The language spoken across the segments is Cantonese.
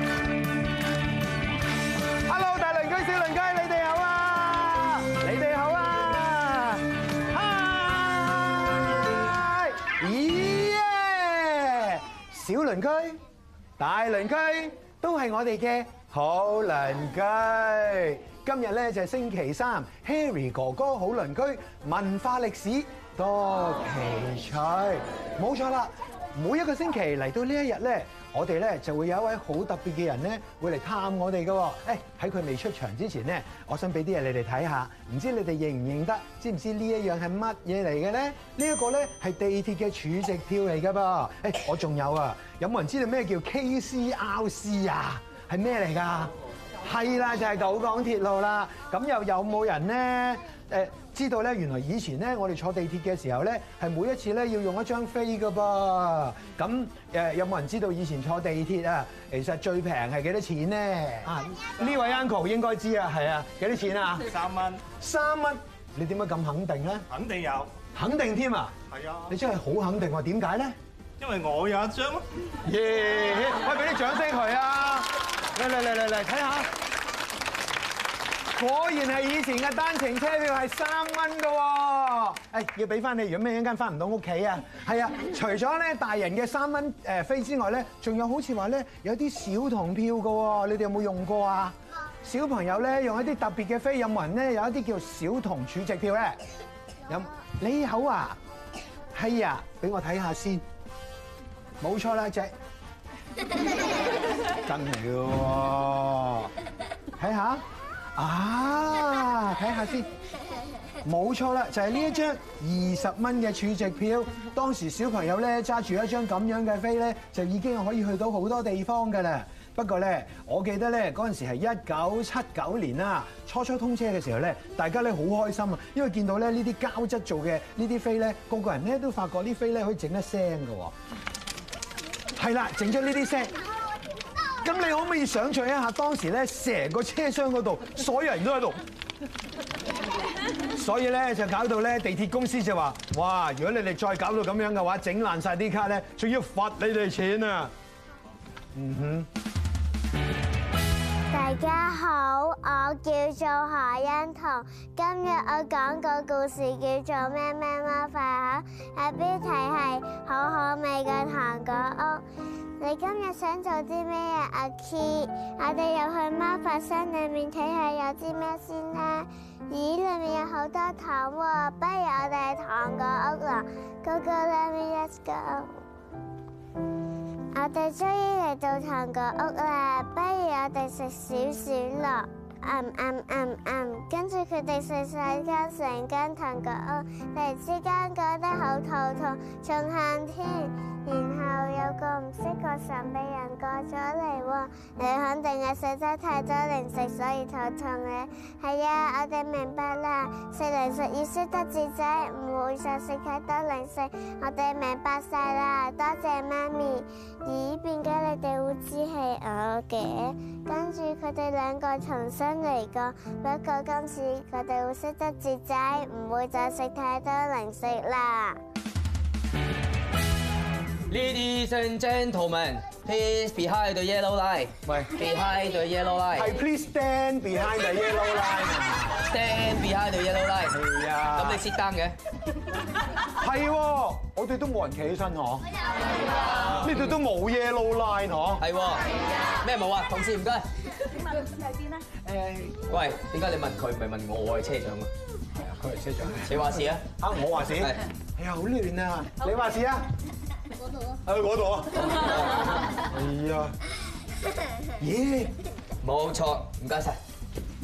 à. 小鄰居、大鄰居都係我哋嘅好鄰居。今日咧就係星期三，Harry 哥哥好鄰居文化歷史多奇趣，冇錯啦。每一個星期嚟到呢一日咧，我哋咧就會有一位好特別嘅人咧，會嚟探我哋嘅喎。誒喺佢未出場之前咧，我想俾啲嘢你哋睇下，唔知你哋認唔認得？知唔知呢一樣係乜嘢嚟嘅咧？呢一個咧係地鐵嘅儲值票嚟㗎噃。誒我仲有啊，有冇人知道咩叫 KCRC 啊？係咩嚟㗎？係啦，就係九廣鐵路啦。咁又有冇人咧？誒，知道咧，原來以前咧，我哋坐地鐵嘅時候咧，係每一次咧要用一張飛㗎噃。咁誒，有冇人知道以前坐地鐵啊？其實最平係幾多錢咧？啊，呢位 uncle 應該知啊，係啊，幾多錢啊？三蚊三蚊。你點解咁肯定咧？肯定有，肯定添啊！係啊，你真係好肯定喎，點解咧？因為我有一張咯。耶！喂，俾啲掌聲佢啊！嚟嚟嚟嚟嚟，睇下，果然係以前嘅單程車票係三蚊嘅喎。誒，要俾翻你，如果咩一陣間翻唔到屋企啊，係啊，除咗咧大人嘅三蚊誒飛之外咧，仲有好似話咧有啲小童票嘅喎，你哋有冇用過啊？小朋友咧用一啲特別嘅飛，有冇人咧有一啲叫小童儲值票咧？有，你好啊，係啊，俾我睇下先。冇錯啦，只真嚟嘅喎，睇下啊，睇下先，冇錯啦，就係呢一張二十蚊嘅儲值票，當時小朋友咧揸住一張咁樣嘅飛咧，就已經可以去到好多地方㗎啦。不過咧，我記得咧嗰陣時係一九七九年啦，初初通車嘅時候咧，大家咧好開心啊，因為見到咧呢啲膠質做嘅呢啲飛咧，個個人咧都發覺啲飛咧可以整得聲㗎喎。係啦，整咗呢啲聲。咁你可唔可以想像一下當時咧，成個車廂嗰度，所有人都喺度。所以咧就搞到咧地鐵公司就話：哇！如果你哋再搞到咁樣嘅話，整爛晒啲卡咧，仲要罰你哋錢啊！大家好，我叫做何欣彤。今日我講個故事叫做《咩咩魔法盒》，係標題係好好味嘅糖果屋。你今日想做啲咩啊？阿 Key，我哋入去魔法箱裏面睇下有啲咩先啦。咦，裏面有好多糖喎，不如我哋去糖果屋啦。Go go let me let's go。我哋終於嚟到糖果屋啦，不如我哋食少少咯。嗯嗯嗯嗯，跟住佢哋食晒間成間糖果屋，突然之間覺得好肚痛，仲喊添。然後有個唔識個神秘人過咗嚟喎，你肯定係食得太多零食，所以肚痛咧。係啊，我哋明白啦，食零食要識得節制，唔會再食太多零食。我哋明白晒啦，多謝媽咪。咦，點解你哋會知係我嘅？跟住佢哋兩個重新嚟過，不過今次佢哋會識得節制，唔會再食太多零食啦。 Ladies and gentlemen, please behind the yellow line. 喂 Behind the yellow line. 係 please stand behind the yellow line。 Stand behind the yellow line. 係啊咁你 sit down 嘅？係喎，我哋都冇人企起身嗬。呢度都冇 yellow line 嗬。係喎。咩冇啊？同事唔該。誒，喂，點解你問佢唔係問我係車長啊？佢係車長。你話事啊？啊，我話事。係哎呀，好亂啊！你話事啊？嗰度啊。誒，嗰度啊。哎呀。咦？冇錯，唔該晒。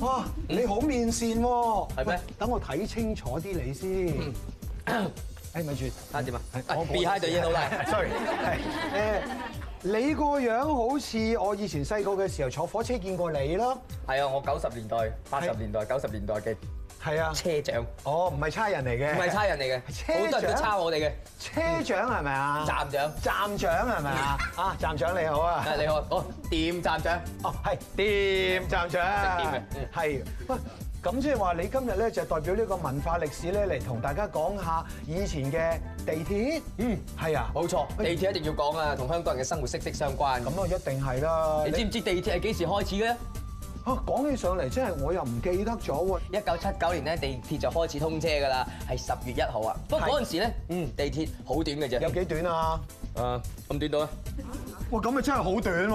哇！你好面善喎。係咩喂等我睇清楚啲你先。誒，咪住。睇點啊係喂？Behind the yellow line。Sorry。係誒，你個樣好似我以前細個嘅時候坐火車見過你咯。係啊，我九十年代、八十年代、九十年代嘅係啊。車長，唔哦，唔係差人嚟嘅。係差人嚟嘅，車好多人都長差我哋嘅。車長係咪啊？站長，站長係咪啊？啊，站長你好啊！啊你好，好掂站長。哦，係店站長，店嘅嗯係喂。咁即係話你今日咧就代表呢個文化歷史咧嚟同大家講下以前嘅地鐵，嗯，係啊，冇錯，地鐵一定要講啊，同香港人嘅生活息息相關。咁啊一定係啦。你知唔知地鐵係幾時開始嘅咧？嚇講起上嚟，真係我又唔記得咗喎。一九七九年咧，地鐵就開始通車㗎啦，係十月一號啊。不過係嗰陣時咧，嗯，地鐵好短嘅啫。有幾短啊？誒咁短到啊？哇，咁啊真係好短喎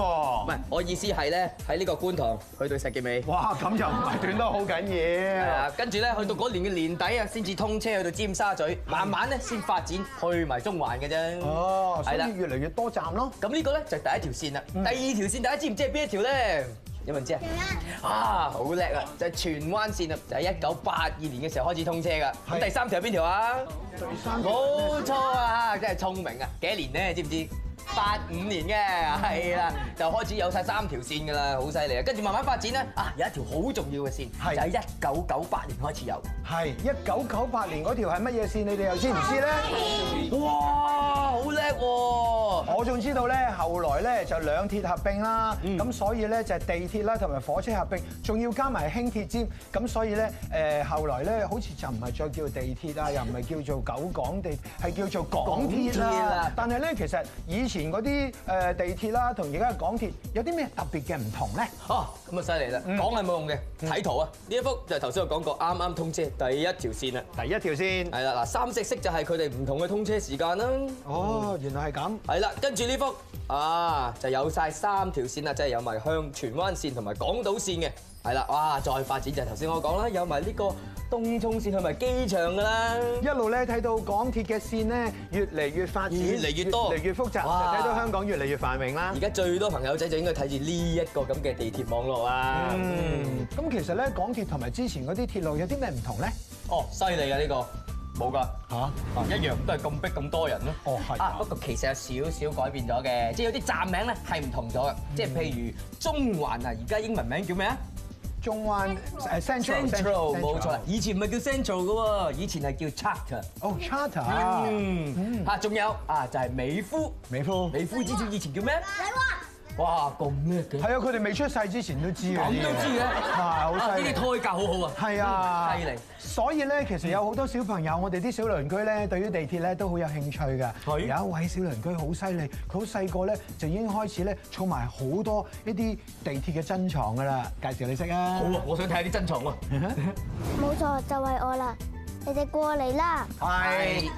唔！係，我意思係咧喺呢個觀塘去到石硤尾。哇，咁又唔 係短得好緊係要。啊，跟住咧，去到嗰年嘅年底啊，先至通車去到尖沙咀，慢慢咧先發展去埋中環嘅啫。哦，所係啦以。越嚟越多站咯。咁呢個咧就係第一條線啦。第二條線大家知唔知係邊一條咧？有冇人知啊？啊，好叻啊！就係荃灣線啊，就係一九八二年嘅時候開始通車噶。係咁第三條係邊條啊？第三冇錯啊，真係聰明啊！幾多年咧？知唔知？八五年嘅係啦，就開始有晒三條線㗎啦，好犀利啊！跟住慢慢發展咧，啊有一條好重要嘅線，係就喺一九九八年開始有。係一九九八年嗰條係乜嘢線？你哋又知唔知咧？哇，好叻喎！我仲知道咧，後來咧就兩鐵合並啦，咁、所以咧就地鐵啦同埋火車合並，仲要加埋輕鐵尖，咁所以咧誒後來咧好似就唔係再叫地 鐵啊，又唔係叫做九港地，係叫做港鐵港鐵啦啦。但係咧其實以前嗰啲誒地鐵啦同而家嘅港鐵有啲咩特別嘅唔同咧？哦，咁啊犀利啦！講係冇用嘅，睇圖啊！呢一幅就係頭先我講過啱啱通車第一條線啦。第一條線，係啦，嗱三隻色就係佢哋唔同嘅通車時間啦。哦原來係咁，係啦，跟住呢幅啊就有晒三條線啊啦，即係有埋向荃灣線同埋港島線嘅。係啦，哇！再發展就係頭先我講啦，有埋呢個東涌線去埋機場㗎啦。一路咧睇到港鐵嘅線咧越嚟越發展，越嚟越多越嚟越複雜，就哇睇到香港越嚟越繁榮啦而。家最多朋友仔就應該睇住呢一個咁嘅地鐵網絡啊。嗯，咁其實咧，港鐵同埋之前嗰啲鐵路有啲咩唔同咧？哦，犀利啊呢個，冇㗎。嚇，一樣都係咁逼咁多人咯。哦係啊啊，不過其實有少少改變咗嘅，即係有啲站名咧係唔同咗嘅，即係譬如中環啊，而家英文名叫咩啊中灣誒 Central ？Central 冇錯啦，以前唔係叫 Central 嘅喎，以前係叫 Charter。哦 Charter，嗯，嚇，仲有啊，就係美孚。美孚，美孚知唔知以前叫咩？哇，咁叻嘅，係啊，佢哋未出世之前都知嘅，咁都知嘅。係好啊，犀呢利。啲胎教好好啊。係啊，嗯犀利。所以咧，其實有好多小朋友，我哋啲小鄰居咧，對於地鐵咧都好有興趣㗎。有係一位小鄰居好犀利，佢好細個咧就已經開始咧儲埋好多一啲地鐵嘅珍藏㗎啦。介紹你識啊。好啊，我想睇下啲珍藏喎。冇錯，就係我啦，你哋過嚟啦。係。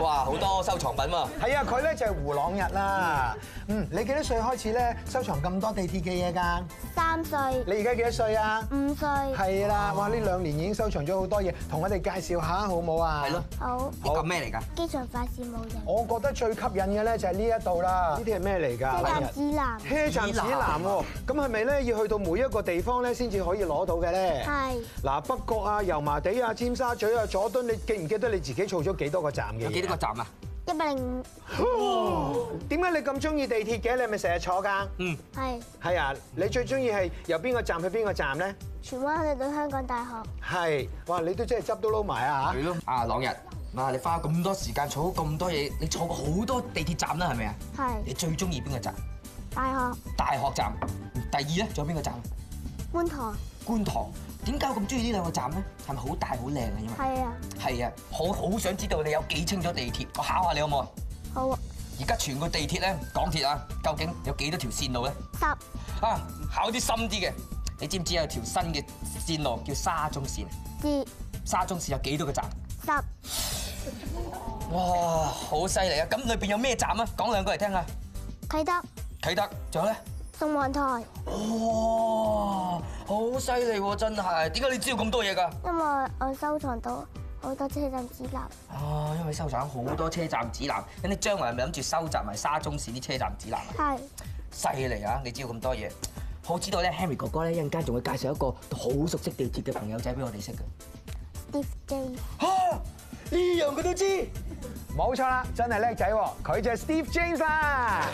哇，好多收藏品喎。係啊，佢咧就係胡朗日啦。嗯，你幾多歲開始咧收藏咁多地鐵嘅嘢㗎？三歲、你而家幾多歲啊？五歲，係啦，哇！呢兩年已經收藏咗好多嘢，同我哋介紹下好冇啊？係咯，好，呢個咩嚟㗎？機場快線冇人，我覺得最吸引嘅咧就係呢一度啦。呢啲啊係咩嚟車㗎？站指南車站指南喎，咁係咪咧要去到每一個地方咧先至可以攞到嘅咧？係嗱，北角啊、油麻地啊、尖沙咀啊、佐敦，你記唔記得你自己儲咗幾多個站嘅？有幾多個？站啊？一百零五，點解你咁中意地鐵嘅？你係咪成日坐㗎？係係啊，你最中意係由邊個站去邊個站咧？荃灣去到香港大學。係，哇！你都真係執都撈埋啊係咯，啊朗日，嗱你花咁多時間坐咁多嘢，你坐過好多地鐵站啦，係咪啊？係你最中意邊個站？大學大學站。第二咧，仲有邊個站？觀塘，觀塘。點解我咁中意呢兩個站咧？係咪好大好靚啊？因為係啊，係啊，好好想知道你有幾清楚地鐵。我考下你好冇啊？好啊，而家全個地鐵咧，港鐵啊，究竟有幾多條線路咧？十啊，考啲深啲嘅，你知唔知有條新嘅線路叫沙中線？至沙中線有幾多個站？十哇，好犀利啊！咁裏邊有咩站啊？講兩個嚟聽下。啟德、啟德，仲有咧？宋皇台，哇，哦好犀利喎！真係，點解你知道咁多嘢㗎？因為我收藏到好多車站指南，啊，因為收藏好多車站指南，咁你將來係咪諗住收集埋沙中線啲車站指南啊？係犀利啊！你知道咁多嘢，好知道咧，Henry 哥哥咧一陣間仲會介紹一個好熟悉地鐵嘅朋友仔俾我哋識嘅。 Steve J，嚇、呢樣佢都知。嚇！冇錯啦，真係叻仔喎，佢就係 Steve James 啊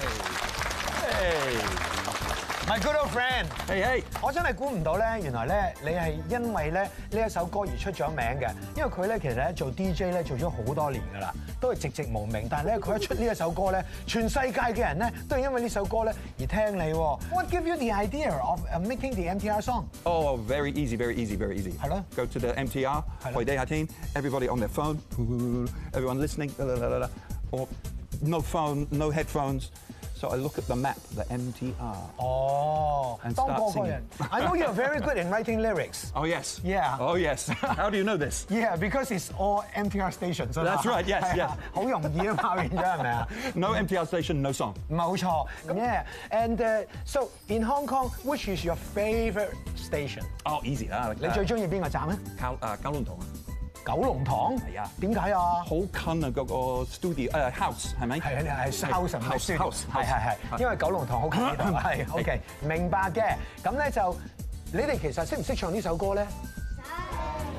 ！My good old friend，嘿嘿，我真係估唔到咧，原來咧你係因為咧呢一首歌而出咗名嘅，因為佢咧其實咧做 DJ 咧做咗好多年㗎啦，都係寂寂無名，但係咧佢一出呢一首歌咧，全世界嘅人咧都係因為呢首歌咧而聽你喎。What gave you the idea of uh, making the MTR song？ Oh, very easy, very easy, very easy. Hello? Go to the MTR, Hello? Holiday Hatin, everybody on their phone, everyone listening, la, la, la, la, la, or no phone, no headphones, So I look at the map, the MTR. 哦 And，當 start 個個人 singing. Oh， ，I know you're very good in writing lyrics。 Oh, yes. Yeah. Oh, yes. How do you know this? Yeah, because it's all MTR stations 啊嘛。 That's right, yes, 係 啊 yes. 好容易啊嘛，變咗係咪啊？ No MTR station, no song. 冇錯。Yeah, and uh, so in Hong Kong, which is your favourite station？ Oh, easy. Ah, uh, 你最中意邊個站咧？九龍塘。係啊點解啊？uh, 好近啊，嗰個studio- 誒，house，係咪？係係係 house 唔係 house， studio house，係係 house。係，因為九龍塘好近呢度， 係 OK，明白嘅。咁咧就你哋其實識唔識唱呢首歌咧？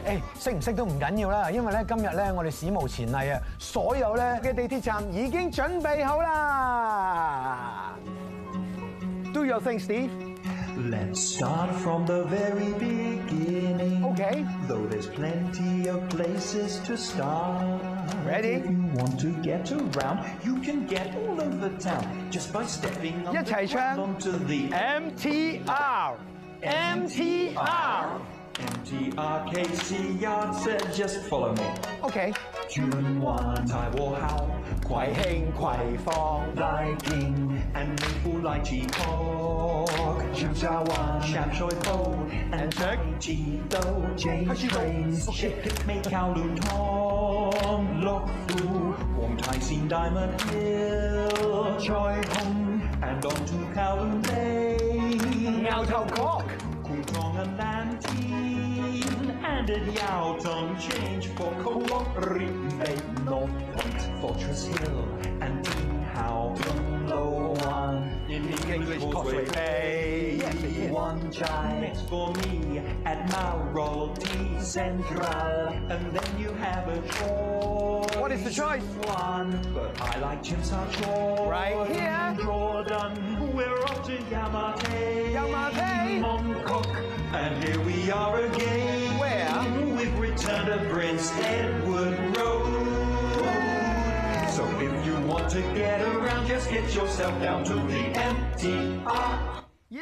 誒識唔識都唔緊要啦，因為咧今日咧我哋史無前例啊，所有咧嘅地鐵站已經準備好啦。Do your thing, Steve. Let's start from the very beginning. Okay. Though there's plenty of places to start. Ready? If you want to get around, you can get all over town just by stepping on Yeah, the Chai Chan. ground onto the MTR, MTR. MTRKC yard said just follow me. OK， June one Tai War How 葵興葵芳。 Liking and maple lychee pork. Sham sha wan, sham shoi po, and chai chi do. Change trains, ship it make kowloon tom. Look through, warm tai seen diamond hill. Choi hung, and on to kowloon bay. 牛頭角 Kung tong and lantine, and at Yao Tong change for Kolori. Made no point, Fortress Hill, and Dean How Low One. In English, Causeway Bay. One chai next for me at Marotti Central, and then you have a choice. What is the choice? One, but I like Chim Sa Choi. Right here. Jordan, we're off to Yamate. Yamate. Mongkok, and here we are again. Where? We've returned to Prince Edward Road. So if you want to get around, just get yourself down to the MTR. 耶！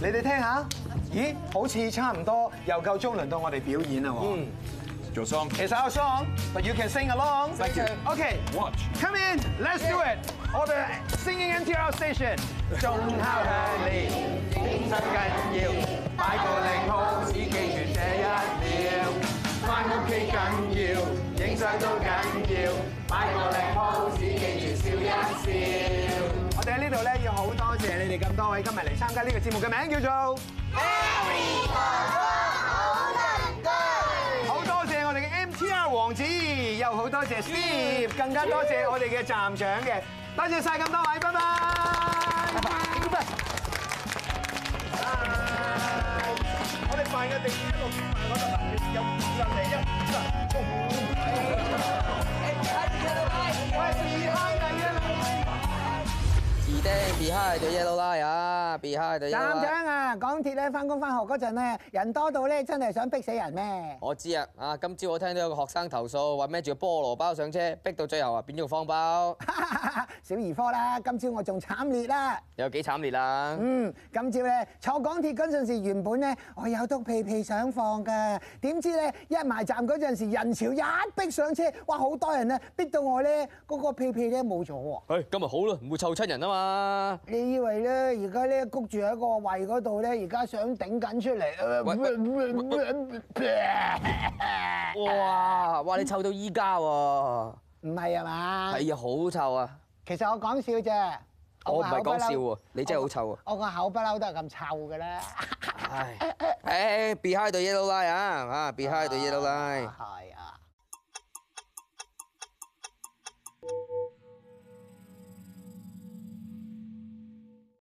你哋聽下，咦，好似差唔多又夠鐘輪到我哋表演啦喎。嗯， Your song. 其實有 song，but you can sing along。 Thank you. OK。 Watch. Come in, let's do it. 我哋 singing NTR station。鐘敲響了，影相緊要，擺個靚 pose 記住這一秒。翻屋企緊要，影相都緊要，擺個靚 pose 記住笑一笑。我哋喺呢度咧要好多謝你哋咁多位今日嚟參加呢個節目嘅名叫做。好多謝我哋嘅 MTR 王子，又好多謝 Steve，更加多謝我哋嘅站長嘅，多謝晒咁多位，拜拜。我哋扮嘅地一路扮嗰度，有五十嚟一五十。 Behind the yellow line 啊，behind the yellow 站 line。長啊，港鐵咧翻工翻學嗰陣咧，人多到咧真係想逼死人 咩？我知啊，啊今朝我聽到有個學生投訴，話孭住個菠蘿包上車，逼到最後啊變咗個方 包，小兒科啦，今朝我仲慘烈啦。有幾慘烈啊！嗯，今朝咧坐港鐵嗰陣時，原本咧我有督屁屁想放㗎，點知咧一埋站嗰陣時人潮一逼上車，哇好多人啊，逼到我咧嗰個屁屁咧冇咗喎。唉，今日好啦，唔會臭親人啊嘛。你以為咧而家咧谷住喺個胃嗰度咧，而家想頂緊出喂喂嚟，哇！哇！你臭到依家喎，唔係啊嘛？係啊，好臭啊！其實我講笑啫，我唔個係口不講嬲笑喎，你真係好臭啊！我個口不嬲都係咁臭嘅啦。唉，誒，behind the yellow line 啊，啊，behind the yellow line。 係